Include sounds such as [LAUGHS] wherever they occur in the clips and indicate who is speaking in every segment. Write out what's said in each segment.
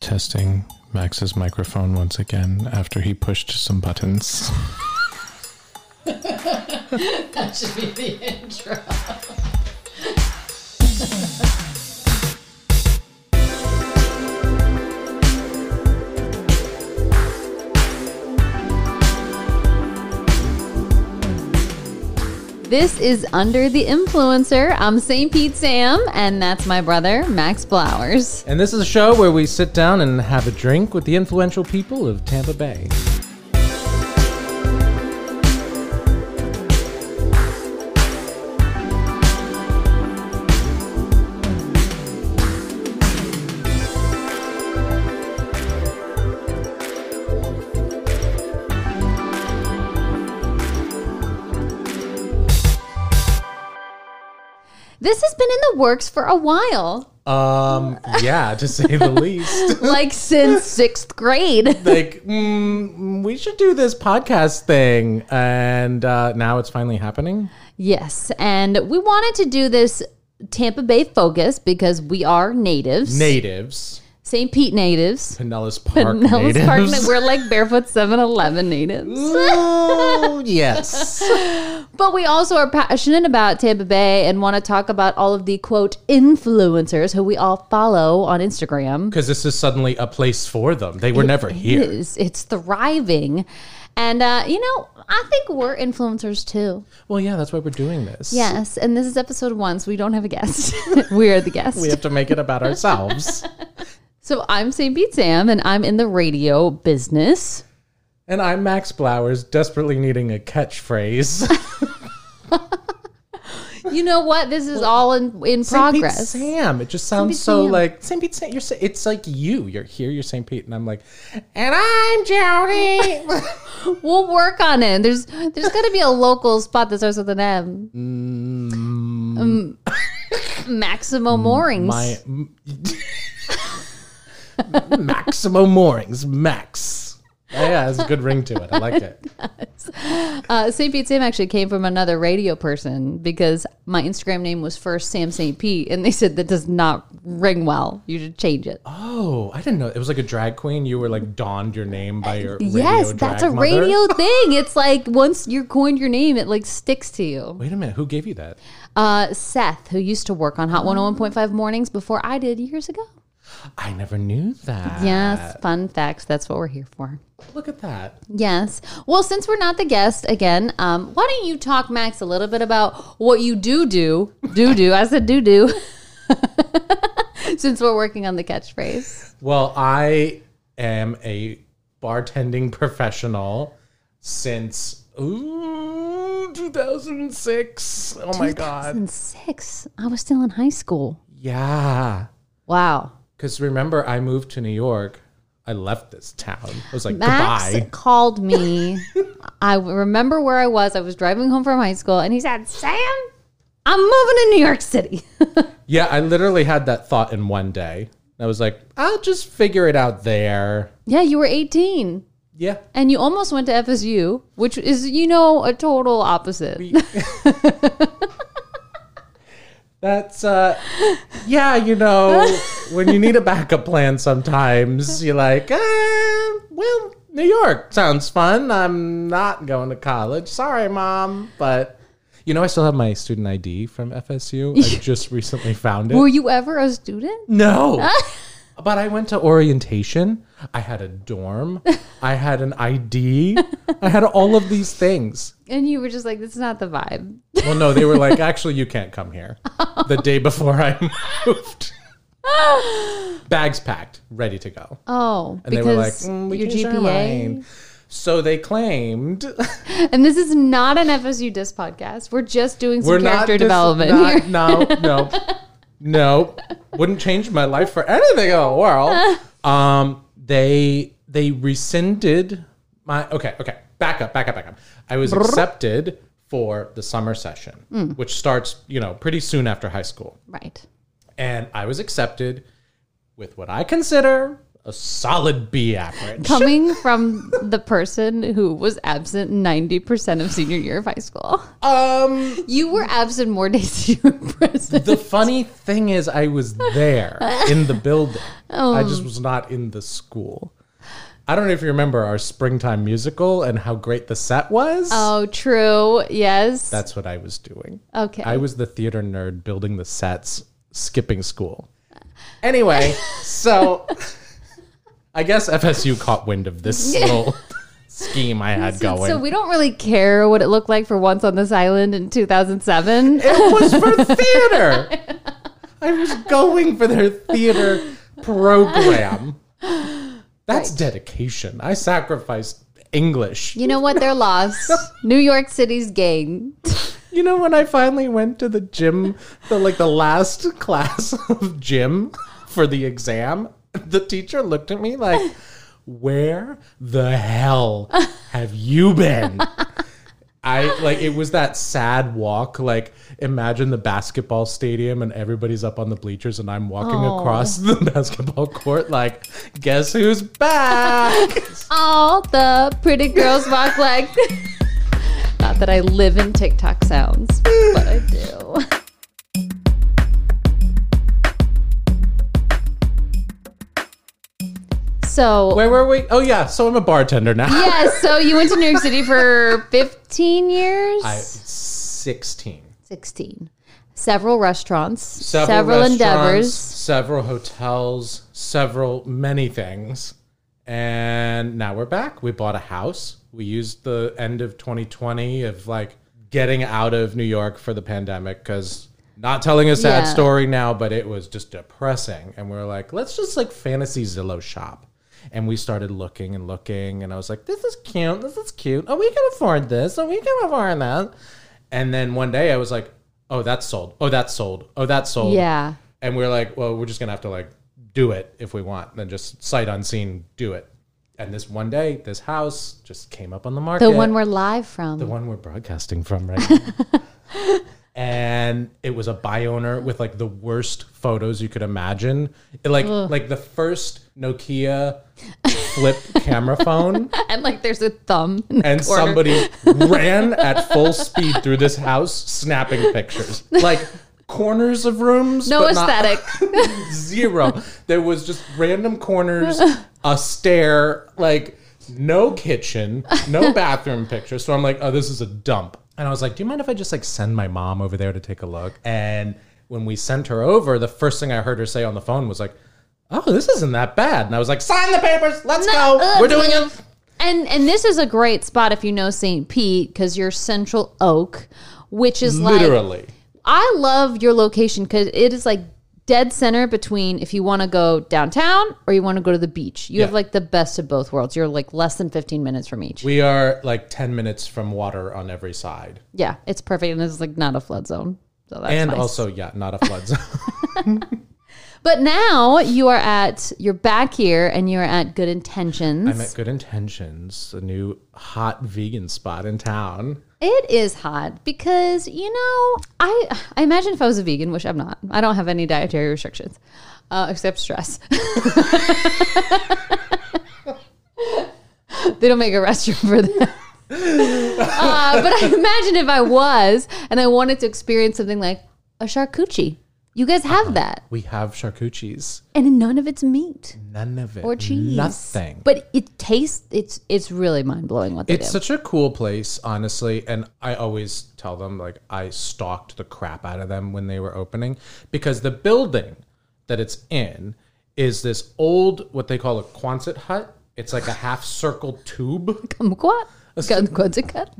Speaker 1: Testing Max's microphone once again after he pushed some buttons.
Speaker 2: That should be the intro. This is Under the Influencer. I'm St. Pete Sam, and that's my brother, Max Blowers.
Speaker 3: And this is a show where we sit down and have a drink with the influential people of Tampa Bay.
Speaker 2: This has been in the works for a
Speaker 3: [LAUGHS]
Speaker 2: while,
Speaker 3: Um, yeah, to say [LAUGHS] the least.
Speaker 2: like since sixth grade.
Speaker 3: Like, mm, we should do this podcast thing, and uh, now it's finally happening.
Speaker 2: Yes, and we wanted to do this Tampa Bay focus because we are natives,
Speaker 3: Natives,
Speaker 2: St. Pete natives, [LAUGHS]
Speaker 3: Pinellas Park
Speaker 2: Nellis
Speaker 3: natives.
Speaker 2: Park. We're like barefoot 7-Eleven natives,
Speaker 3: [LAUGHS] oh, yes.
Speaker 2: but we also are passionate about Tampa Bay and want to talk about all of the quote influencers who we all follow on Instagram.
Speaker 3: Because this is suddenly a place for them. They were never
Speaker 2: It
Speaker 3: here.
Speaker 2: is, it's thriving, and uh, you know I think we're influencers too.
Speaker 3: Well, yeah, that's why we're doing this.
Speaker 2: Yes, and this is episode one, so we don't have a guest. [LAUGHS] we are the guest.
Speaker 3: We have to make it about ourselves.
Speaker 2: So I'm St. Pete Sam, and I'm in the radio business.
Speaker 3: and I'm Max Blowers, desperately needing a
Speaker 2: [LAUGHS]
Speaker 3: catchphrase.
Speaker 2: You know what? This is all in in
Speaker 3: Saint Pete
Speaker 2: progress.
Speaker 3: Sam. It just sounds
Speaker 2: Pete
Speaker 3: so
Speaker 2: Sam.
Speaker 3: like St. Pete Sam. You're, Sa- it's like you. You're here. You're St. Pete, and I'm like, and I'm
Speaker 2: [LAUGHS]
Speaker 3: Jody.
Speaker 2: We'll work on it. There's there's got to be a local spot that starts with an M. Um, [LAUGHS] Maximo
Speaker 3: Mm.
Speaker 2: Moorings.
Speaker 3: My m- [LAUGHS] Maximo Moorings Max. Yeah, yeah, it's a good ring to it. I like
Speaker 2: [LAUGHS]
Speaker 3: it.
Speaker 2: uh, St. Pete Sam actually came from another radio person because my Instagram name was first Sam St. Pete, and they said that does not ring well. You should change it.
Speaker 3: Oh, I didn't know it was like a drag queen. You were like donned your name by your radio
Speaker 2: yes, that's a
Speaker 3: drag mother.
Speaker 2: radio thing. It's like once you coined your name, it like sticks to you.
Speaker 3: Wait a minute, who gave you that?
Speaker 2: Uh, Seth, who used to work on Hot 101.5 mornings before I did years ago.
Speaker 3: I never knew that.
Speaker 2: Yes, fun facts. That's what we're here for.
Speaker 3: Look at that.
Speaker 2: Yes. Well, since we're not the guest again, um, why don't you talk, Max, a little bit about what you do do? Do do. I said do do. [LAUGHS] since we're working on the catchphrase.
Speaker 3: Well, I am a bartending [LAUGHS] professional since ooh, 2006. Oh my god.
Speaker 2: In six, I was still in high school.
Speaker 3: Yeah.
Speaker 2: Wow.
Speaker 3: Cuz remember I moved to New York. I left this town. I was like,
Speaker 2: Max
Speaker 3: "Goodbye."
Speaker 2: called me. I remember where I was. I was driving home from high school, and he said, Sam, I'm moving to New York City. [LAUGHS]
Speaker 3: Yeah, I literally had that thought in one day. I was like, "I'll just figure it out there."
Speaker 2: Yeah, you were 18
Speaker 3: Yeah.
Speaker 2: and you almost went to FSU, which is, you know, a total opposite.
Speaker 3: That's uh yeah, you know, when you need a backup plan sometimes, you're like, uh, well, New York sounds fun. I'm not going to college. Sorry, mom, but you know, I still have my student ID from FSU. [LAUGHS] I just recently found
Speaker 2: Were
Speaker 3: it.
Speaker 2: you ever a
Speaker 3: [LAUGHS]
Speaker 2: student?
Speaker 3: No. But I went to orientation. I had a dorm. I had an ID. I had all of these things.
Speaker 2: And you were just like, this is not the vibe.
Speaker 3: Well, no, they were like, actually, you can't come here. The day before I [LAUGHS] moved, bags packed, ready to go,
Speaker 2: Oh,
Speaker 3: and they were like,
Speaker 2: because
Speaker 3: mm, we
Speaker 2: your
Speaker 3: changed our
Speaker 2: GPA.
Speaker 3: mind. So they
Speaker 2: [LAUGHS]
Speaker 3: claimed
Speaker 2: And this is not an FSU disc podcast. We're just doing some
Speaker 3: we're not
Speaker 2: character
Speaker 3: dis-
Speaker 2: development
Speaker 3: not- [LAUGHS] No,
Speaker 2: here. [LAUGHS]
Speaker 3: no, no, wouldn't change my life for anything in the
Speaker 2: [LAUGHS]
Speaker 3: world. Um, they they rescinded my okay, okay. Back up, back up, back up. I was accepted for the summer session,
Speaker 2: Hmm.
Speaker 3: which starts you know pretty soon after high school.
Speaker 2: Right.
Speaker 3: and I was accepted with what I consider a solid B
Speaker 2: [LAUGHS]
Speaker 3: average.
Speaker 2: Coming from the person who was absent 90% of senior year of high school.
Speaker 3: Um,
Speaker 2: You were absent more days than you were present.
Speaker 3: the funny thing is, I was there in the building. I
Speaker 2: Oh.
Speaker 3: just was not in the school. I don't know if you remember our springtime musical and how great the set was.
Speaker 2: Oh, true. Yes.
Speaker 3: That's what I was doing.
Speaker 2: okay.
Speaker 3: I was the theater nerd building the sets, skipping school.
Speaker 2: [LAUGHS]
Speaker 3: Anyway, so I guess FSU caught wind of this little scheme I had going.
Speaker 2: so we don't really care what it looked like for once on this island
Speaker 3: [LAUGHS]
Speaker 2: in 2007.
Speaker 3: it was for theater. I was going for their theater program. That's dedication. I sacrificed English.
Speaker 2: You know what? They're lost. New York City's gain.
Speaker 3: You know when I finally went to the gym, the like the last [LAUGHS] class of gym for the exam, the teacher looked at me like, "Where the hell have you been?" I like it was that sad walk. Like imagine the basketball stadium and everybody's up on the bleachers and I'm walking
Speaker 2: Oh.
Speaker 3: across [LAUGHS] the basketball court. Like, guess who's back?
Speaker 2: All the pretty girls walk like. Not that I live in TikTok sounds, but I do. So,
Speaker 3: Where were we? Oh yeah, so I'm a bartender now.
Speaker 2: yes, so you went to New York City for 15 years?
Speaker 3: I, Sixteen.
Speaker 2: 16. Several restaurants, several,
Speaker 3: restaurants,
Speaker 2: endeavors.
Speaker 3: several hotels, several many things. And now we're back. We bought a house. We used the end of 2020 of like getting out of New York for the pandemic cuz not telling a sad
Speaker 2: Yeah.
Speaker 3: story now, but it was just depressing. And we are like, let's just like fantasy Zillow shop. And we started looking and looking, and I was like, this is cute. This is cute. Oh, we can afford this. Oh, we can afford that. And then one day I was like, oh, that's sold. Oh, that's sold. Oh, that's sold.
Speaker 2: Yeah.
Speaker 3: And we are like, well, we're just going to have to like do it if we want. And then just sight unseen, do it. And this one day, this house just came up on the market
Speaker 2: The one we're live from.
Speaker 3: the one we're broadcasting from right now. and it was a buy owner with like the worst photos you could imagine. It, like like the first Nokia flip camera phone
Speaker 2: [LAUGHS] and like there's a thumb. in the
Speaker 3: and
Speaker 2: corner.
Speaker 3: somebody ran at full speed through this house snapping pictures. Like corners of rooms
Speaker 2: No
Speaker 3: but not
Speaker 2: aesthetic.
Speaker 3: zero. There was just random corners, a stair, like no kitchen,
Speaker 2: [LAUGHS]
Speaker 3: no bathroom picture. So I'm like, oh, this is a dump. And I was like, do you mind if I just like send my mom over there to take a look? And when we sent her over, the first thing I heard her say on the phone was like, oh, this isn't that bad. And I was like, sign the papers, let's
Speaker 2: No,
Speaker 3: go.
Speaker 2: uh, ugh,
Speaker 3: We're doing
Speaker 2: ugh.
Speaker 3: it.
Speaker 2: And and this is a great spot if you know St. Pete because you're Central Oak, which is like
Speaker 3: Literally.
Speaker 2: I love your location because it is like dead center between if you want to go downtown or you want to go to the beach. You have
Speaker 3: Yeah.
Speaker 2: like the best of both worlds. You're like less than 15 minutes from each.
Speaker 3: We are like 10 minutes from water on every side.
Speaker 2: yeah, it's perfect and it's like not a flood zone. So that's
Speaker 3: and
Speaker 2: nice.
Speaker 3: also, yeah, not a flood
Speaker 2: [LAUGHS]
Speaker 3: zone.
Speaker 2: But now you are at you're back here and you're at Good Intentions.
Speaker 3: I'm at Good Intentions, a new hot vegan spot in town.
Speaker 2: It is hot because you know I I imagine if I was a vegan, which I'm not, I don't have any dietary restrictions uh, except stress. [LAUGHS] they don't make a restroom for that. [LAUGHS] uh, but I imagine if I was and I wanted to experience something like a charcuterie, you guys have
Speaker 3: Uh-huh.
Speaker 2: that,
Speaker 3: We have charcuteries.
Speaker 2: and none of it's meat
Speaker 3: None of it.
Speaker 2: or cheese,
Speaker 3: Nothing.
Speaker 2: But it tastes it's it's really mind blowing what they
Speaker 3: it's
Speaker 2: do.
Speaker 3: such a cool place, honestly. And I always tell them, like, I stalked the crap out of them when they were opening because the building that it's in is this old, what they call a Quonset hut. It's like a half circle tube.
Speaker 2: Kumquat.
Speaker 3: [LAUGHS]
Speaker 2: Kumquat.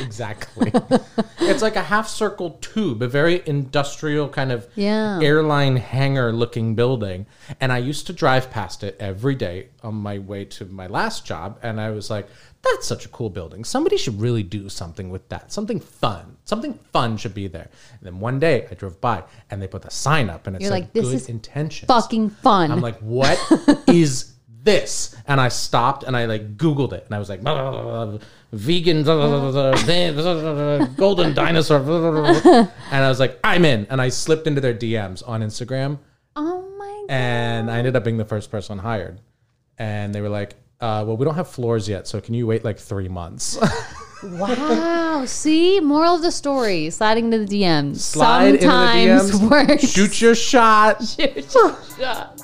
Speaker 3: Exactly. [LAUGHS] it's like a half circle tube, a very industrial kind of
Speaker 2: Yeah.
Speaker 3: airline hangar looking building. And I used to drive past it every day on my way to my last job. And I was like, that's such a cool building. Somebody should really do something with that. Something fun. Something fun should be there. And then one day I drove by and they put the sign up and it
Speaker 2: You're
Speaker 3: said
Speaker 2: like, "This
Speaker 3: good
Speaker 2: is
Speaker 3: intentions.
Speaker 2: Fucking fun.
Speaker 3: I'm like, what is this? And I stopped and I like Googled it and I was like, blah, blah, blah, blah, vegan, blah, blah, blah, blah, blah, blah, blah, blah, golden dinosaur. blah, blah, blah, blah. And I was like, I'm in. And I slipped into their DMs on Instagram.
Speaker 2: Oh my
Speaker 3: and I ended up being the first person hired. And they were like, uh, well, we don't have floors yet, so can you wait like three months? [LAUGHS]
Speaker 2: Wow. See, moral of the story: sliding to the DMs
Speaker 3: Slide into the
Speaker 2: sometimes
Speaker 3: DMs.
Speaker 2: works.
Speaker 3: Shoot your shot.
Speaker 2: [LAUGHS] Shoot your shot.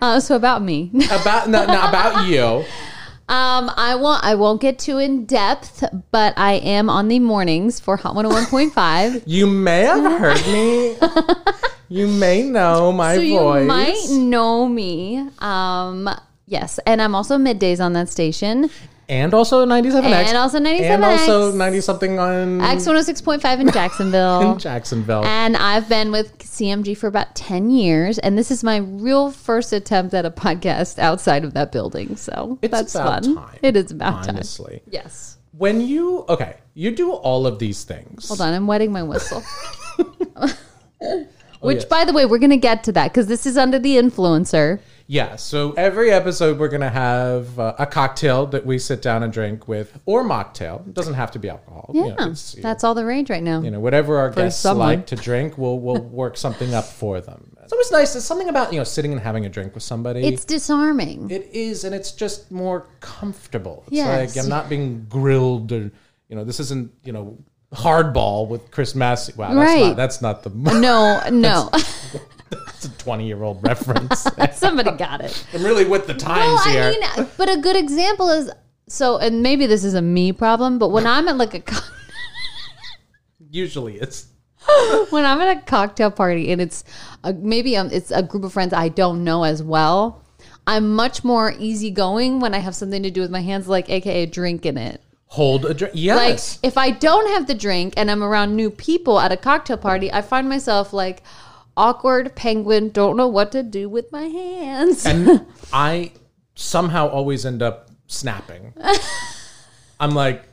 Speaker 2: Uh, so about me. [LAUGHS]
Speaker 3: About no, no, about you.
Speaker 2: Um, I won't. I won't get too in depth, but I am on the mornings for Hot 101.5.
Speaker 3: [LAUGHS] You may
Speaker 2: [LAUGHS]
Speaker 3: have heard me. You may know my
Speaker 2: so you
Speaker 3: voice.
Speaker 2: might know me. Um, yes, and I'm also middays on that station.
Speaker 3: And also 97X.
Speaker 2: And also 97X.
Speaker 3: And also 90 something on
Speaker 2: X106.5 in
Speaker 3: in [LAUGHS]
Speaker 2: Jacksonville.
Speaker 3: Jacksonville.
Speaker 2: And I've been with CMG for about 10 years. And this is my real first attempt at a podcast outside of that building. So
Speaker 3: It's
Speaker 2: that's
Speaker 3: about
Speaker 2: fun.
Speaker 3: time,
Speaker 2: It is about time.
Speaker 3: honestly.
Speaker 2: Yes.
Speaker 3: When you okay, you do all of these things.
Speaker 2: Hold on. I'm wetting my [LAUGHS] whistle. Which,
Speaker 3: yes.
Speaker 2: by the way, we're going to get to that because this is under the influencer.
Speaker 3: Yeah, so every episode we're gonna have uh, a cocktail that we sit down and drink with, or mocktail. It doesn't have to be alcohol. You
Speaker 2: Yeah.
Speaker 3: know, it's, you
Speaker 2: that's all the rage right now.
Speaker 3: know, whatever our guests
Speaker 2: someone.
Speaker 3: like to drink, we'll we'll work something up for them. It's always nice. It's something about you know sitting and having a drink with somebody.
Speaker 2: It's disarming.
Speaker 3: It is, and it's just more comfortable. It's
Speaker 2: Yes.
Speaker 3: like I'm not being grilled, or you know, this isn't you know hardball with Chris Massey. Wow, that's
Speaker 2: Right.
Speaker 3: not that's not the
Speaker 2: [LAUGHS] no, no.
Speaker 3: that's a 20 year
Speaker 2: [LAUGHS]
Speaker 3: old reference.
Speaker 2: Somebody got [LAUGHS] it.
Speaker 3: I'm really with the
Speaker 2: Well,
Speaker 3: times here.
Speaker 2: I mean, but a good example is so, and maybe this is a me problem, but when I'm at like a co- [LAUGHS]
Speaker 3: Usually it's
Speaker 2: when I'm at a cocktail party and it's a, maybe um it's a group of friends I don't know as well, I'm much more easygoing when I have something to do with my hands, like aka a drink in it.
Speaker 3: hold a drink.
Speaker 2: Like
Speaker 3: Yes.
Speaker 2: if I don't have the drink and I'm around new people at a cocktail party, I find myself like awkward penguin, don't know what to do with my hands. [LAUGHS]
Speaker 3: and I somehow always end up snapping.
Speaker 2: [LAUGHS]
Speaker 3: I'm like,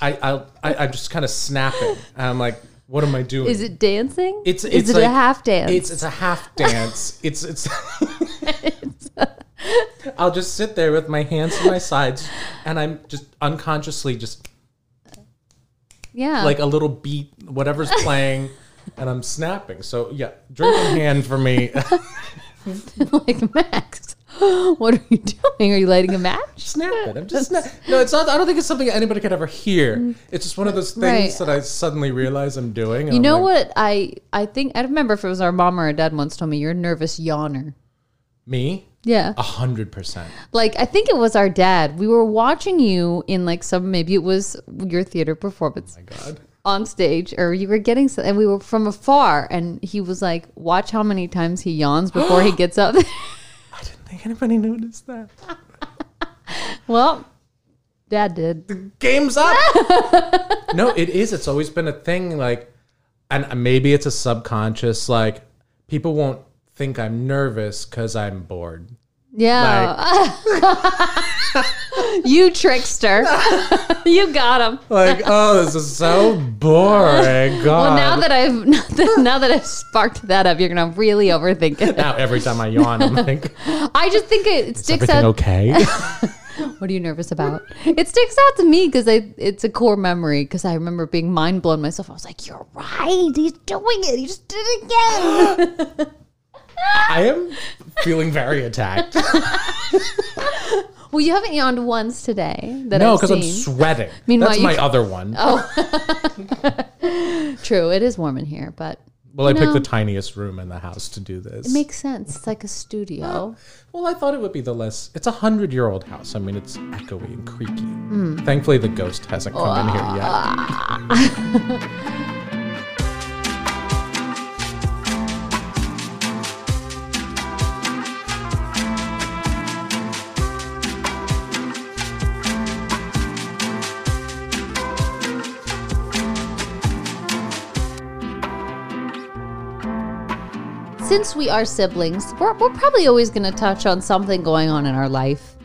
Speaker 3: I, I, I I'm just kind of snapping. And I'm like, what am I doing?
Speaker 2: Is it dancing?
Speaker 3: It's
Speaker 2: is
Speaker 3: it's
Speaker 2: it
Speaker 3: like,
Speaker 2: a half dance?
Speaker 3: It's it's a half
Speaker 2: [LAUGHS]
Speaker 3: dance. it's it's. I'll just sit there with my hands to my sides, and I'm just unconsciously just
Speaker 2: yeah.
Speaker 3: like a little beat, whatever's playing, and I'm snapping. So yeah, drink in hand for me.
Speaker 2: [LAUGHS] [LAUGHS] like Max, [GASPS] what are you doing? Are you lighting a match?
Speaker 3: Snap it. I'm just sna- no. It's not. I don't think it's something anybody could ever hear. It's just one of those things
Speaker 2: Mm. Right.
Speaker 3: that I suddenly realize I'm doing. and
Speaker 2: You
Speaker 3: I'm
Speaker 2: know
Speaker 3: like,
Speaker 2: what I I think I don't remember if it was our mom or our dad once told me you're a nervous yawner.
Speaker 3: Me,
Speaker 2: Yeah.
Speaker 3: a hundred percent.
Speaker 2: Like I think it was our dad. We were watching you in like some maybe it was your theater performance
Speaker 3: My God.
Speaker 2: on stage or you were getting some and we were from afar and he was like watch how many times he yawns before
Speaker 3: [GASPS]
Speaker 2: he gets up. [LAUGHS]
Speaker 3: I didn't think anybody noticed that.
Speaker 2: well, dad did.
Speaker 3: game's up. [LAUGHS] no, it is. It's always been a thing. Like, and maybe it's a subconscious. Like, people won't think I'm nervous because I'm bored.
Speaker 2: Yeah. you trickster. [LAUGHS] you got him. [LAUGHS]
Speaker 3: Like, oh, this is so boring. God.
Speaker 2: Well, now
Speaker 3: now,
Speaker 2: that I've [LAUGHS] now that, now that I've sparked that up, you're gonna really
Speaker 3: [LAUGHS]
Speaker 2: overthink it.
Speaker 3: every time I yawn, I'm
Speaker 2: [LAUGHS]
Speaker 3: like,
Speaker 2: I just think it, it sticks
Speaker 3: everything
Speaker 2: out. [LAUGHS]
Speaker 3: okay? [LAUGHS]
Speaker 2: What are you nervous about? It sticks out to me because it's a core memory. Because I remember being mind blown myself. I was like, "You're right. He's doing it. He just did it
Speaker 3: [GASPS]
Speaker 2: again."
Speaker 3: I am feeling very attacked.
Speaker 2: well, you haven't yawned once today. That
Speaker 3: no,
Speaker 2: I've
Speaker 3: because I'm
Speaker 2: seen.
Speaker 3: sweating.
Speaker 2: Meanwhile,
Speaker 3: That's
Speaker 2: you- Oh,
Speaker 3: my other one.
Speaker 2: True, it is warm in here, but
Speaker 3: well, I
Speaker 2: no.
Speaker 3: picked the tiniest room in the house to do this.
Speaker 2: it makes sense. It's like a studio.
Speaker 3: Well, I thought it would be the less. It's a hundred year old house. I mean, it's echoey and creaky. Thankfully, the ghost hasn't come in here yet.
Speaker 2: Since we are siblings, we're, we're probably always going to touch on something going on in our life.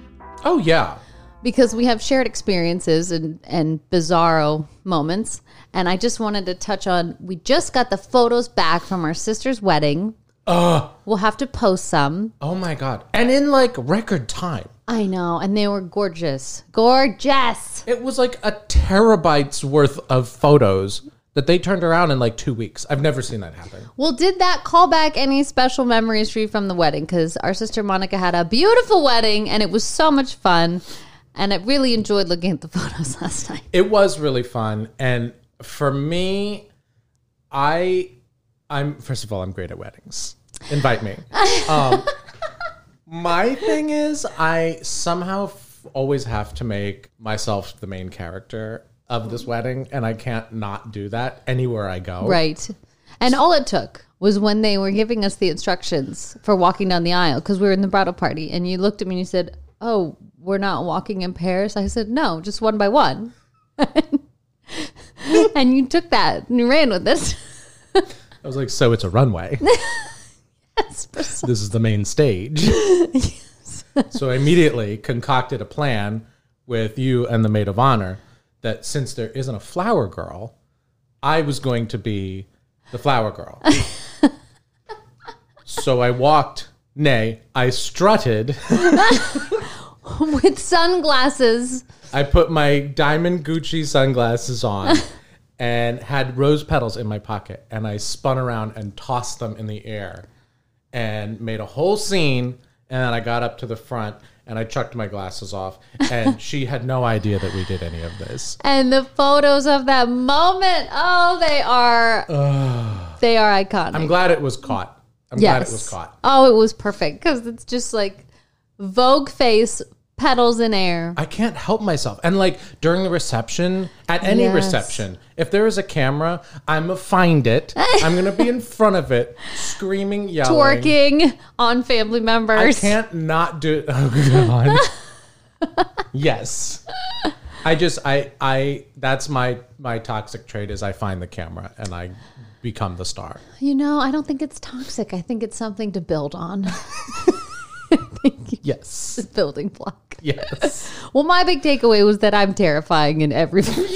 Speaker 3: Oh, yeah.
Speaker 2: because we have shared experiences and, and bizarro moments. And I just wanted to touch on we just got the photos back from our sister's wedding.
Speaker 3: Ugh.
Speaker 2: We'll have to post some.
Speaker 3: Oh my god. And in like record time.
Speaker 2: I know. And they were gorgeous. Gorgeous.
Speaker 3: It was like a terabyte's worth of photos that they turned around in like 2 weeks. I've never seen that happen.
Speaker 2: Well, did that call back any special memories for you from the wedding? Because our sister Monica had a beautiful wedding and it was so much fun. And I really enjoyed looking at the [LAUGHS] photos last night.
Speaker 3: It was really fun and for me I I'm first of all I'm great at weddings. Invite me. Um my thing is I somehow f- always have to make myself the main character of this wedding and I can't not do that anywhere I go.
Speaker 2: Right. And all it took was when they were giving us the instructions for walking down the aisle because we were in the bridal party. And you looked at me and you said, Oh, we're not walking in pairs. I said, No, just one by one. [LAUGHS] and you took that and you ran with this. [LAUGHS]
Speaker 3: I was like so it's a runway. this is the main stage. so I immediately concocted a plan with you and the maid of honor that since there isn't a flower girl, I was going to be the flower girl. so I walked, nay, I strutted.
Speaker 2: with sunglasses.
Speaker 3: I put my diamond Gucci sunglasses
Speaker 2: [LAUGHS]
Speaker 3: on and had rose petals in my pocket and I spun around and tossed them in the air and made a whole scene and then I got up to the front and I chucked my glasses off
Speaker 2: [LAUGHS]
Speaker 3: and she had no idea that we did any of this.
Speaker 2: And the photos of that moment. Oh, they are. they are iconic.
Speaker 3: I'm glad it was caught. I'm
Speaker 2: yes.
Speaker 3: glad it was caught.
Speaker 2: Oh, it was perfect because it's just like Vogue face, petals in air.
Speaker 3: I can't help myself. And like during the reception, at any
Speaker 2: Yes.
Speaker 3: reception, if there is a camera, I'm gonna find
Speaker 2: [LAUGHS]
Speaker 3: it. I'm gonna be in front of it, screaming, yelling.
Speaker 2: Twerking on family
Speaker 3: I
Speaker 2: members.
Speaker 3: can't not do it. [LAUGHS] Oh god. yes. I just I I that's my my toxic trait is I find the camera and I become the
Speaker 2: [LAUGHS]
Speaker 3: star.
Speaker 2: You know, I don't think it's toxic. I think it's something to build on. [LAUGHS]
Speaker 3: Yes.
Speaker 2: Building block.
Speaker 3: Yes.
Speaker 2: Well, my big takeaway was that I'm terrifying in everything.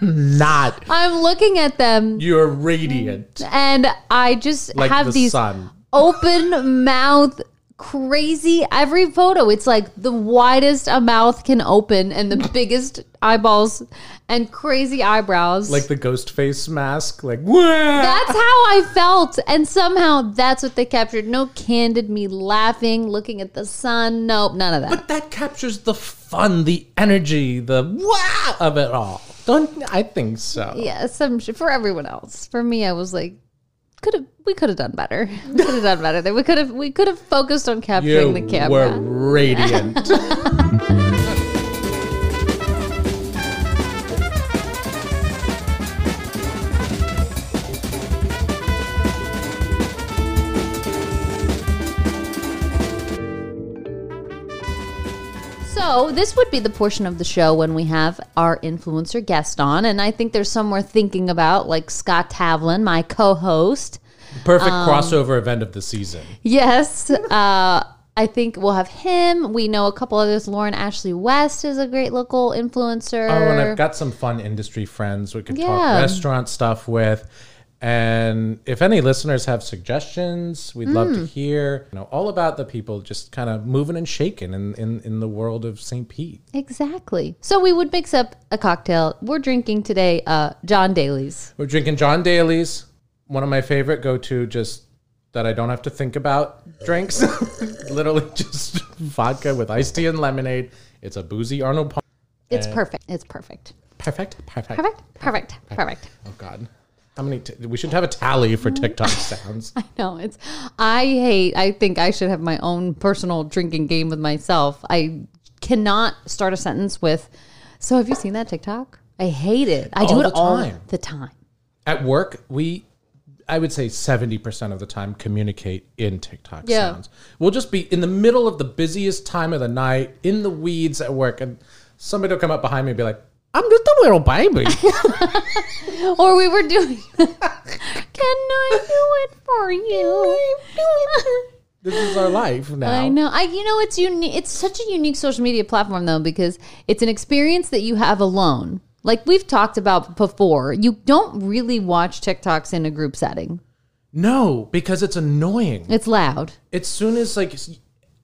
Speaker 3: Not.
Speaker 2: [LAUGHS] I'm looking at them
Speaker 3: You're radiant
Speaker 2: and I just
Speaker 3: like
Speaker 2: Mm, have
Speaker 3: the
Speaker 2: these
Speaker 3: sun.
Speaker 2: open mouth crazy every photo it's like the widest a mouth can open and the biggest eyeballs and crazy eyebrows
Speaker 3: Like the ghost face mask, like Wah!
Speaker 2: that's how i felt and somehow that's what they captured no candid me laughing looking at the sun nope none of that
Speaker 3: But that captures the fun, the energy, the wow of it all. Don't I think so?
Speaker 2: yes i'm sure for everyone else for me i was like could have we could have done better [LAUGHS] we could have done better there we could have we could have focused on capturing the camera
Speaker 3: were radiant.
Speaker 2: [LAUGHS] So, this would be the portion of the show when we have our influencer guest on. And I think there's some we're thinking about, like Scott Tavlin, my co host.
Speaker 3: Perfect
Speaker 2: Um,
Speaker 3: crossover event of the season.
Speaker 2: Yes. [LAUGHS] Uh, I think we'll have him. We know a couple others. Lauren Ashley West is a great local influencer.
Speaker 3: Oh, and I've got some fun industry friends we could
Speaker 2: Yeah.
Speaker 3: talk restaurant stuff with. And if any listeners have suggestions, we'd love to hear you know, all about the people just kind of moving and shaking in, in, in the world of St. Pete.
Speaker 2: exactly. So, we would mix up a cocktail. We're drinking today uh, John Daly's.
Speaker 3: We're drinking John Daly's, one of my favorite go to, just that I don't have to think about drinks. [LAUGHS] Literally just vodka with iced tea and lemonade. It's a boozy Arnold. Palmer.
Speaker 2: It's perfect. It's perfect.
Speaker 3: Perfect, Uh, perfect.
Speaker 2: Perfect. Perfect. Perfect.
Speaker 3: Oh God, how many? T- we should have a tally for TikTok sounds.
Speaker 2: No, it's. I hate. I think I should have my own personal drinking game with myself. I cannot start a sentence with, "So have you seen that TikTok?" I hate it. I do
Speaker 3: All
Speaker 2: it
Speaker 3: the
Speaker 2: all
Speaker 3: time.
Speaker 2: the time.
Speaker 3: At work, we, I would say seventy percent of the time communicate in TikTok
Speaker 2: Yeah.
Speaker 3: sounds. We'll just be in the middle of the busiest time of the night, in the weeds at work, and somebody will come up behind me and be like, "I'm just a little
Speaker 2: [LAUGHS]
Speaker 3: baby."
Speaker 2: Or
Speaker 3: [LAUGHS]
Speaker 2: we [LAUGHS] were doing. Can I do it for you?
Speaker 3: This is our life now.
Speaker 2: [LAUGHS] I know. I you know it's unique. It's such a unique social media platform though because it's an experience that you have alone. Like we've talked about before, you don't really watch TikToks in a group setting.
Speaker 3: No, because it's annoying.
Speaker 2: It's loud.
Speaker 3: as soon as like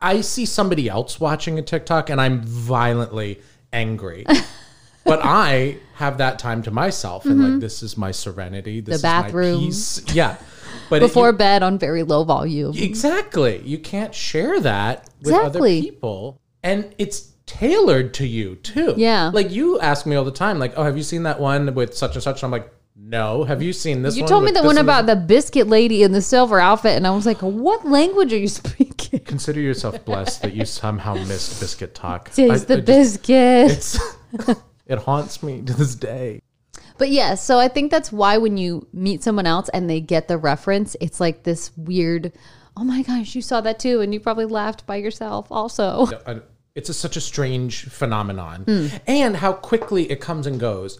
Speaker 3: I see somebody else watching a TikTok and I'm violently angry.
Speaker 2: [LAUGHS]
Speaker 3: but I have that time to myself and like this is my serenity, this
Speaker 2: Mm-hmm. bathroom.
Speaker 3: is my peace.
Speaker 2: [LAUGHS]
Speaker 3: Yeah. But it-
Speaker 2: Before bed on very low volume.
Speaker 3: exactly. You can't share that with other
Speaker 2: Exactly.
Speaker 3: people. And it's tailored to you too.
Speaker 2: Yeah.
Speaker 3: Like you ask me all the time, like, oh, have you seen that one with such and such? And I'm like, no. Have you seen this
Speaker 2: you
Speaker 3: one?
Speaker 2: told me
Speaker 3: with
Speaker 2: the
Speaker 3: this
Speaker 2: one
Speaker 3: and this?"
Speaker 2: about the biscuit lady in the silver outfit, and I was like, "What language are you [LAUGHS] speaking?"
Speaker 3: Consider yourself blessed that you somehow missed biscuit
Speaker 2: [LAUGHS]
Speaker 3: talk.
Speaker 2: Taste
Speaker 3: I-
Speaker 2: the
Speaker 3: I just-
Speaker 2: biscuit.
Speaker 3: [LAUGHS] It's it haunts me to this day.
Speaker 2: But yeah, so I think that's why when you meet someone else and they get the reference, it's like this weird, oh my gosh, you saw that too. And you probably laughed by yourself also.
Speaker 3: It's a, such a strange phenomenon, and how quickly it comes and goes.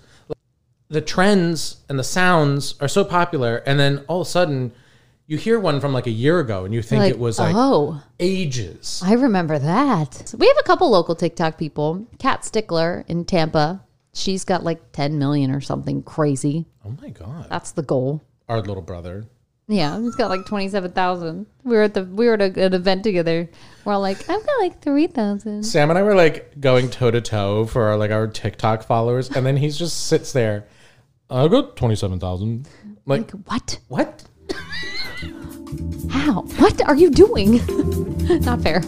Speaker 3: The trends and the sounds are so popular, and then all of a sudden, you hear one from like a year ago, and you think it was like
Speaker 2: oh,
Speaker 3: ages.
Speaker 2: I remember that. We have a couple local TikTok people. Kat Stickler in Tampa. She's got like 10 million or something crazy.
Speaker 3: Oh my god,
Speaker 2: That's the goal.
Speaker 3: our little brother.
Speaker 2: Yeah, he's got like twenty seven thousand. We were at the we were at a, an event together. We're all like, I've got like three thousand.
Speaker 3: Sam and I were like going toe to toe for like our TikTok followers, and then he just sits there. I got twenty seven thousand. Like
Speaker 2: Like what?
Speaker 3: what?
Speaker 2: How? What are you doing? [LAUGHS] Not fair.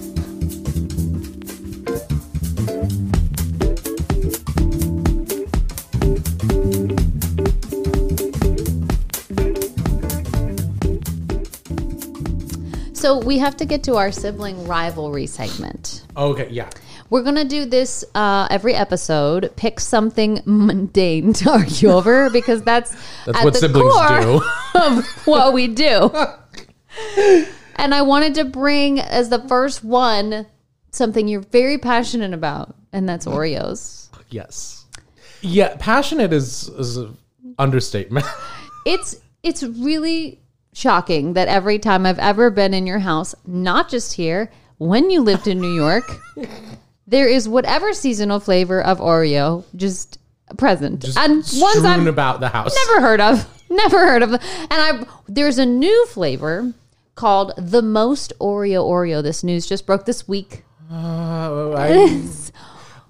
Speaker 2: So we have to get to our sibling rivalry segment.
Speaker 3: Okay, yeah.
Speaker 2: We're gonna do this uh, every episode. Pick something mundane to argue over because that's
Speaker 3: [LAUGHS] That's what siblings do.
Speaker 2: [LAUGHS] of what we do. and I wanted to bring as the first one something you're very passionate about, and that's Oreos.
Speaker 3: Yes. Yeah, passionate is is an understatement.
Speaker 2: It's it's really shocking that every time I've ever been in your house, not just here, when you lived in New York, [LAUGHS] there is whatever seasonal flavor of Oreo just present. and ones
Speaker 3: [LAUGHS] Strewn
Speaker 2: I've
Speaker 3: about the house.
Speaker 2: never heard of. [LAUGHS] Never heard of. And I there's a new flavor called the most Oreo Oreo. This news just broke this week.
Speaker 3: Uh, I, I
Speaker 2: Well,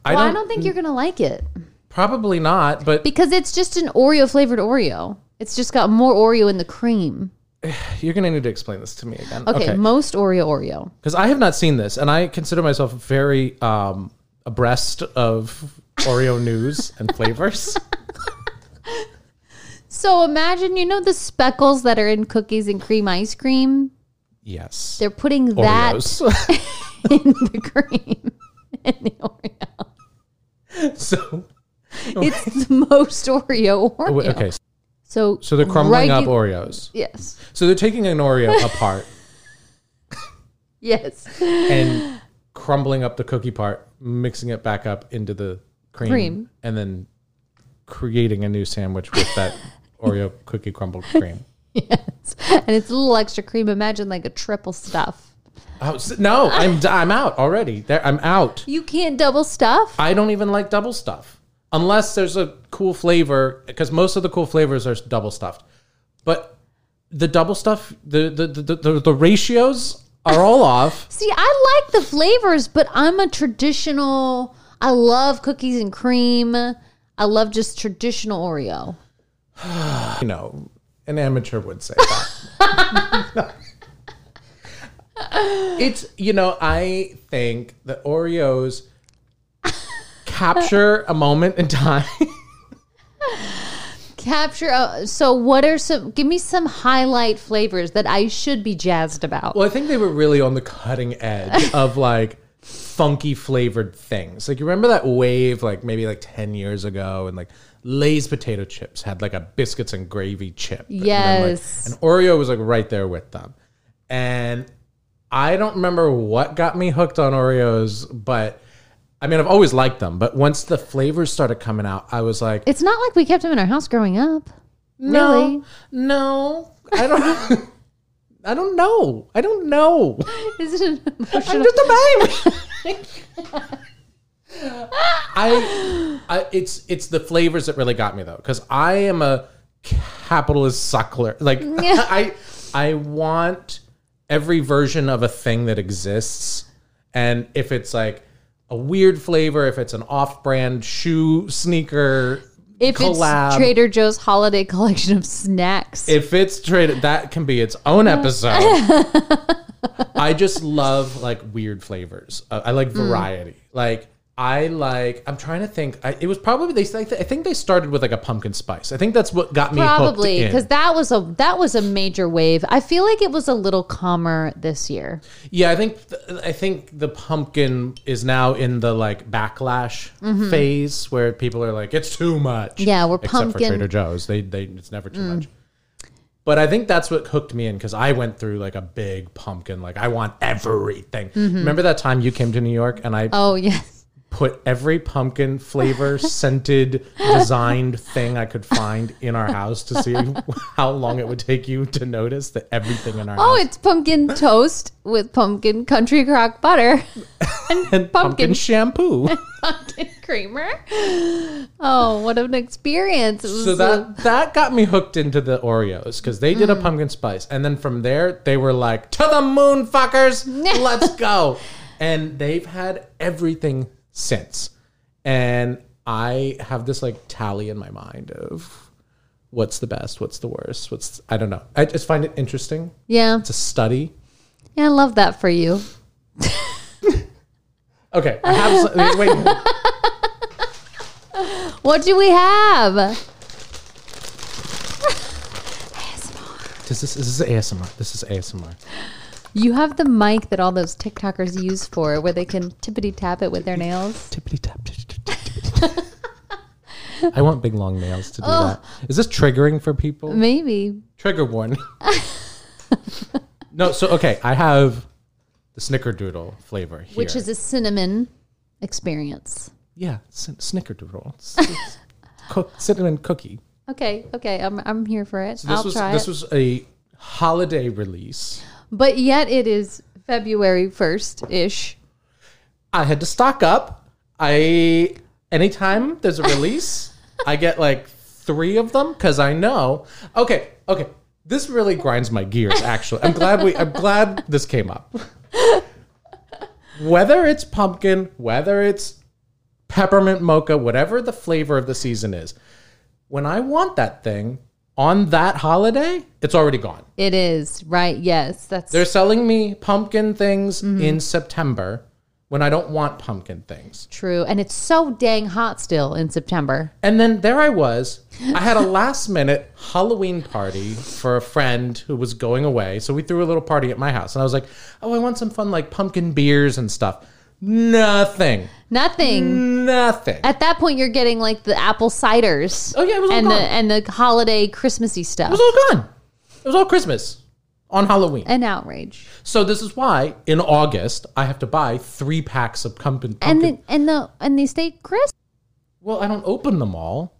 Speaker 2: I
Speaker 3: don't,
Speaker 2: don't Mm. think you're gonna like it
Speaker 3: probably not, but
Speaker 2: because it's just an Oreo flavored Oreo. It's just got more Oreo in the cream.
Speaker 3: you're gonna need to explain this to me again.
Speaker 2: Okay,
Speaker 3: Okay,
Speaker 2: most Oreo Oreo.
Speaker 3: because I have not seen this, and I consider myself very um, abreast of Oreo [LAUGHS] news and flavors.
Speaker 2: So imagine you know the speckles that are in cookies and cream ice cream.
Speaker 3: Yes,
Speaker 2: They're putting
Speaker 3: Oreos. [LAUGHS]
Speaker 2: that [LAUGHS] in the cream [LAUGHS] in the Oreo.
Speaker 3: so [LAUGHS]
Speaker 2: It's the most Oreo Oreo.
Speaker 3: Oh, okay,
Speaker 2: So
Speaker 3: so they're crumbling up
Speaker 2: regu-
Speaker 3: Oreos.
Speaker 2: Yes.
Speaker 3: So they're taking an
Speaker 2: [LAUGHS]
Speaker 3: Oreo apart
Speaker 2: Yes. [LAUGHS]
Speaker 3: and crumbling up the cookie part, mixing it back up into the cream,
Speaker 2: Cream.
Speaker 3: and then creating a new sandwich with that Oreo cookie crumbled cream.
Speaker 2: Yes. And it's a little extra cream. Imagine like a triple stuff.
Speaker 3: Oh s- no, I'm d- I'm out already. There, I'm out.
Speaker 2: You can't double stuff.
Speaker 3: I don't even like double stuff unless there's a cool flavor because most of the cool flavors are double stuffed, but the double stuff the the the, the, the, the ratios are all off.
Speaker 2: See, I like the flavors, but I'm a traditional. I love cookies and cream. I love just traditional Oreo.
Speaker 3: you know, an amateur would say that. [LAUGHS] it's, you know, I think that Oreos capture a moment in time.
Speaker 2: Capture. Uh, so, what are some? Give me some highlight flavors that I should be jazzed about.
Speaker 3: well, I think they were really on the cutting edge of like funky flavored things. Like, you remember that wave, like maybe like 10 years ago, and like Lay's potato chips had like a biscuits and gravy chip. And then, like,
Speaker 2: Yes.
Speaker 3: and Oreo was like right there with them. And I don't remember what got me hooked on Oreos, but I mean, I've always liked them. But once the flavors started coming out, I was like,
Speaker 2: It's not like we [LAUGHS] kept them in our house growing up.
Speaker 3: no,
Speaker 2: Really?
Speaker 3: no, [LAUGHS] I don't. I don't know. I don't know. [LAUGHS]
Speaker 2: Is it an
Speaker 3: I'm
Speaker 2: emotional?
Speaker 3: just a baby. [LAUGHS] I, I, it's it's the flavors that really got me though, because I am a capitalist suckler. Like [LAUGHS] I, I want every version of a thing that exists, and if it's like a weird flavor, if it's an off-brand shoe sneaker,
Speaker 2: If
Speaker 3: collab.
Speaker 2: it's Trader Joe's holiday [LAUGHS] collection of snacks,
Speaker 3: If it's traded, that can be its own episode. I just love like weird flavors. Uh, I like variety. Like I like. I'm trying to think. I, it was probably they. I think they started with like a pumpkin spice. I think that's what got me
Speaker 2: probably
Speaker 3: hooked in.
Speaker 2: because that was a that was a major wave. I feel like it was a little calmer this year.
Speaker 3: Yeah, I think I think the pumpkin is now in the like backlash phase where people are like, it's too much.
Speaker 2: Mm-hmm. Yeah, we're
Speaker 3: Except
Speaker 2: pumpkin- Mm.
Speaker 3: for Trader Joe's, they they it's never too much. But I think that's what hooked me in because I went through like a big pumpkin. Like I want everything. Remember that time you came to New York and I
Speaker 2: Mm-hmm. Oh [LAUGHS] yes,
Speaker 3: put every pumpkin
Speaker 2: [LAUGHS]
Speaker 3: flavor, scented, designed thing I could find in our house to
Speaker 2: [LAUGHS]
Speaker 3: see how long it would take you to notice that everything in our
Speaker 2: oh
Speaker 3: house
Speaker 2: it's pumpkin toast with pumpkin country crock butter [LAUGHS] and pumpkin,
Speaker 3: pumpkin shampoo.
Speaker 2: [LAUGHS] pumpkin creamer. [GASPS] Oh, what an experience! It was
Speaker 3: so
Speaker 2: a-
Speaker 3: that that got me hooked into the Oreos because they did a pumpkin spice, and then from there they were like, "To the moon, fuckers, let's go!" And they've had everything since, and I have this like tally in my mind of what's the best, what's the worst, what's I don't know. I just find it interesting.
Speaker 2: yeah,
Speaker 3: It's a study.
Speaker 2: yeah, I love that for you.
Speaker 3: Okay, I have some, wait.
Speaker 2: What do we have?
Speaker 3: Does this is this ASMR? This is ASMR.
Speaker 2: You have the mic that all those TikTokers use for, where they can tippity tap it with their nails.
Speaker 3: Tippity tap. tippity tap, tippity
Speaker 2: [LAUGHS]
Speaker 3: tap. I want big long nails to do that. Is this triggering for people?
Speaker 2: Maybe.
Speaker 3: Trigger
Speaker 2: [LAUGHS]
Speaker 3: warning. no, so okay, I have the snickerdoodle flavor here.
Speaker 2: which is a cinnamon experience.
Speaker 3: yeah, sn- snickerdoodle. It's,
Speaker 2: [LAUGHS]
Speaker 3: it's cook, cinnamon cookie.
Speaker 2: Okay, okay, I'm I'm here for it.
Speaker 3: This
Speaker 2: I'll
Speaker 3: was
Speaker 2: try
Speaker 3: this
Speaker 2: it.
Speaker 3: was a holiday release.
Speaker 2: but yet it is February first ish.
Speaker 3: I had to stock up. I anytime there's a release, I get like three of them because I know. Okay, okay. This really grinds my gears. Actually, I'm glad we. I'm glad this came up. Whether it's pumpkin, whether it's peppermint mocha, whatever the flavor of the season is, when I want that thing on that holiday, it's already gone.
Speaker 2: It is right. Yes, that's
Speaker 3: They're selling me pumpkin things in September when I don't want pumpkin things.
Speaker 2: true. And it's so dang hot still in September.
Speaker 3: And then there I was. I had a last minute Halloween party for a friend who was going away. So we threw a little party at my house. And I was like, oh, I want some fun, like pumpkin beers and stuff. Nothing.
Speaker 2: Nothing.
Speaker 3: Nothing.
Speaker 2: At that point, you're getting like the apple ciders.
Speaker 3: Oh, yeah, it was all
Speaker 2: and the
Speaker 3: gone.
Speaker 2: and the holiday Christmassy stuff.
Speaker 3: It was all gone. It was all Christmas on Halloween.
Speaker 2: An outrage.
Speaker 3: So this is why in August I have to buy three packs of pumpkin.
Speaker 2: And
Speaker 3: pumpkin-
Speaker 2: the and the and they stay crisp. [LAUGHS]
Speaker 3: well, I don't open them all.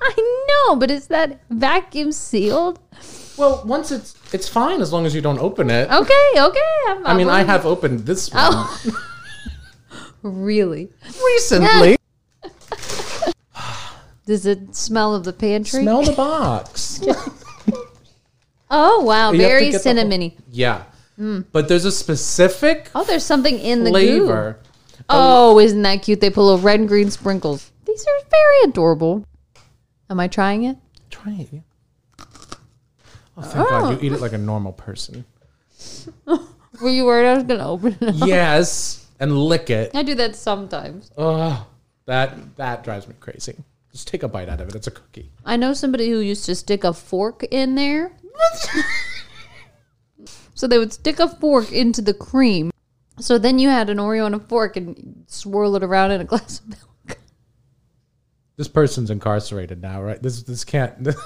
Speaker 2: I know, but is that vacuum sealed?
Speaker 3: Well, once it's it's fine as long as you don't open it.
Speaker 2: Okay, okay. I'm,
Speaker 3: I mean, I
Speaker 2: I'm-
Speaker 3: have opened this one
Speaker 2: oh, really.
Speaker 3: recently.
Speaker 2: Does it smell of the pantry?
Speaker 3: Smell the box.
Speaker 2: Oh wow,
Speaker 3: You have to
Speaker 2: very
Speaker 3: get the whole-
Speaker 2: cinnamony.
Speaker 3: Yeah. But there's a specific
Speaker 2: Mm. oh, there's something in the goo.
Speaker 3: flavor.
Speaker 2: Oh, isn't that cute? They put little red and green sprinkles. These are very adorable. Am I trying it?
Speaker 3: Try it. yeah. Oh, thank God. You eat it like a normal
Speaker 2: [LAUGHS]
Speaker 3: person.
Speaker 2: Were you worried I was gonna open it? [LAUGHS]
Speaker 3: yes. And lick it.
Speaker 2: I do that sometimes.
Speaker 3: Oh, that that drives me crazy. Just take a bite out of it. It's a cookie.
Speaker 2: I know somebody who used to stick a fork in there. so they would stick a fork into the cream. So then you had an Oreo and a fork and swirl it around in a glass of milk.
Speaker 3: This person's incarcerated now, right? This this [LAUGHS] can't.
Speaker 2: But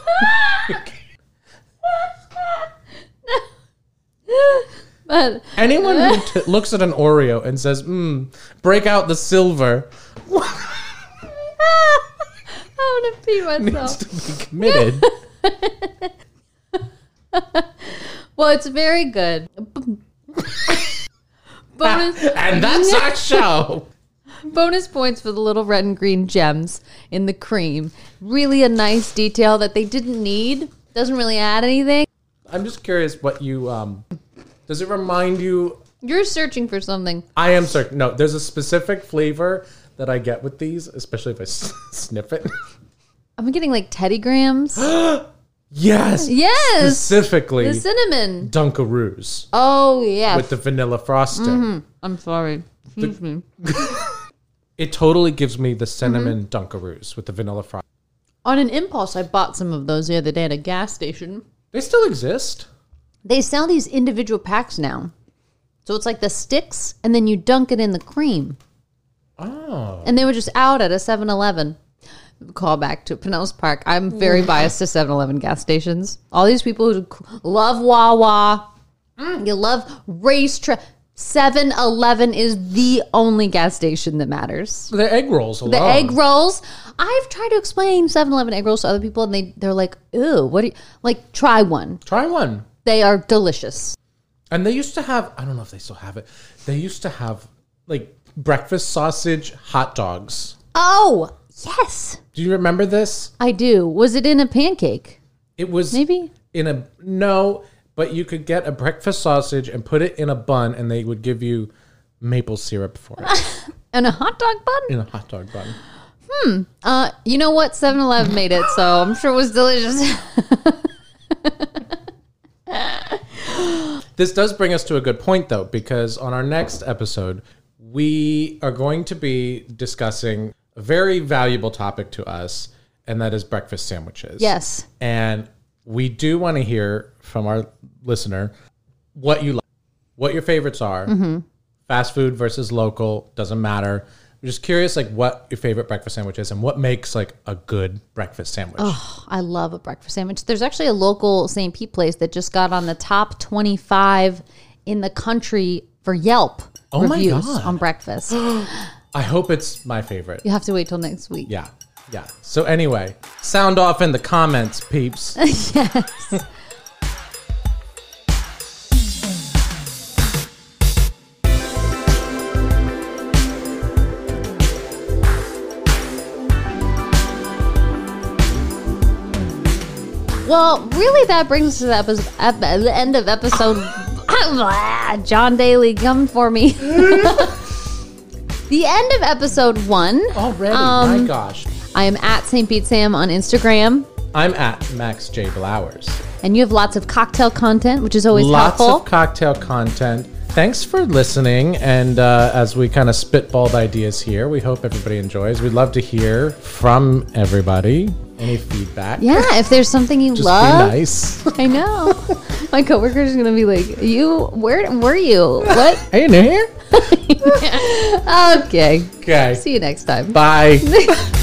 Speaker 2: [LAUGHS]
Speaker 3: Anyone who t- looks at an Oreo and says, "Mmm, break out the silver," [LAUGHS]
Speaker 2: I want to pee myself.
Speaker 3: needs to be committed.
Speaker 2: Well, it's very good. B- bonus,
Speaker 3: and that's
Speaker 2: [LAUGHS]
Speaker 3: our show.
Speaker 2: bonus points for the little red and green gems in the cream. Really a nice detail that they didn't need. Doesn't really add anything.
Speaker 3: I'm just curious what you um does it remind you
Speaker 2: You're searching for something.
Speaker 3: I am certain no, there's a specific flavor that I get with these, especially if I s- [LAUGHS] sniff it.
Speaker 2: I'm getting like Teddy Grahams.
Speaker 3: yes.
Speaker 2: yes,
Speaker 3: Specifically
Speaker 2: the cinnamon.
Speaker 3: Dunkaroos
Speaker 2: Oh yeah.
Speaker 3: with the vanilla frosting.
Speaker 2: I'm sorry. Excuse me.
Speaker 3: It totally gives me
Speaker 2: Mm-hmm.
Speaker 3: the cinnamon Dunkaroos with the vanilla frosting.
Speaker 2: On an impulse, I bought some of those the other day at a gas station.
Speaker 3: They still exist.
Speaker 2: They sell these individual packs now. So it's like the sticks, and then you dunk it in the cream.
Speaker 3: Oh.
Speaker 2: And they were just out at a 7 Eleven. Call back to Pinellas Park. I'm very biased to 7 Eleven gas stations. All these people who love Wawa, Mm, you love racetrack. 7 Eleven is the only gas station that matters.
Speaker 3: The egg rolls alone.
Speaker 2: The egg rolls. I've tried to explain 7 Eleven egg rolls to other people, and they, they're like, ooh, what do you like? Try one.
Speaker 3: Try one.
Speaker 2: They are delicious.
Speaker 3: And they used to have, I don't know if they still have it, they used to have like breakfast sausage hot dogs.
Speaker 2: Oh, yes.
Speaker 3: Do you remember this?
Speaker 2: I do. Was it in a pancake?
Speaker 3: It was
Speaker 2: Maybe.
Speaker 3: in a, no, but you could get a breakfast sausage and put it in a bun and they would give you maple syrup for it
Speaker 2: And a hot dog bun?
Speaker 3: in a hot dog bun.
Speaker 2: Uh, you know what? 7 Eleven made it, so I'm sure it was delicious. [LAUGHS]
Speaker 3: This does bring us to a good point though, because on our next episode, we are going to be discussing a very valuable topic to us, and that is breakfast sandwiches.
Speaker 2: yes.
Speaker 3: And we do want to hear from our listener what you like, what your favorites are. Fast food versus local doesn't matter. I'm just curious, like what your favorite breakfast sandwich is, and what makes like a good breakfast sandwich.
Speaker 2: I love a breakfast sandwich. There's actually a local St. Pete place that just got on the top 25 in the country for Yelp
Speaker 3: Oh my
Speaker 2: reviews
Speaker 3: God.
Speaker 2: on breakfast.
Speaker 3: I hope it's my favorite.
Speaker 2: you have to wait till next week.
Speaker 3: Yeah, yeah. So anyway, sound off in the comments, peeps.
Speaker 2: Well, really, that brings us to the, episode, ep- the end of episode. [COUGHS] John Daly, come for me. [LAUGHS] the end of episode one.
Speaker 3: Already, my
Speaker 2: Um,
Speaker 3: gosh.
Speaker 2: I am at St. Pete Sam on Instagram,
Speaker 3: I'm at Max J Blowers.
Speaker 2: and you have lots of cocktail content, which is always
Speaker 3: Lots
Speaker 2: helpful.
Speaker 3: of cocktail content. Thanks for listening. And uh, as we kind of spitballed ideas here, we hope everybody enjoys. We'd love to hear from everybody. Any feedback?
Speaker 2: [LAUGHS] yeah, if there's something you
Speaker 3: Just
Speaker 2: love,
Speaker 3: be nice. [LAUGHS]
Speaker 2: [LAUGHS] I know. My coworker's gonna be like, "You, where were you?
Speaker 3: [LAUGHS]
Speaker 2: What?"
Speaker 3: Are you new here?
Speaker 2: okay,
Speaker 3: Okay.
Speaker 2: see you next time.
Speaker 3: Bye.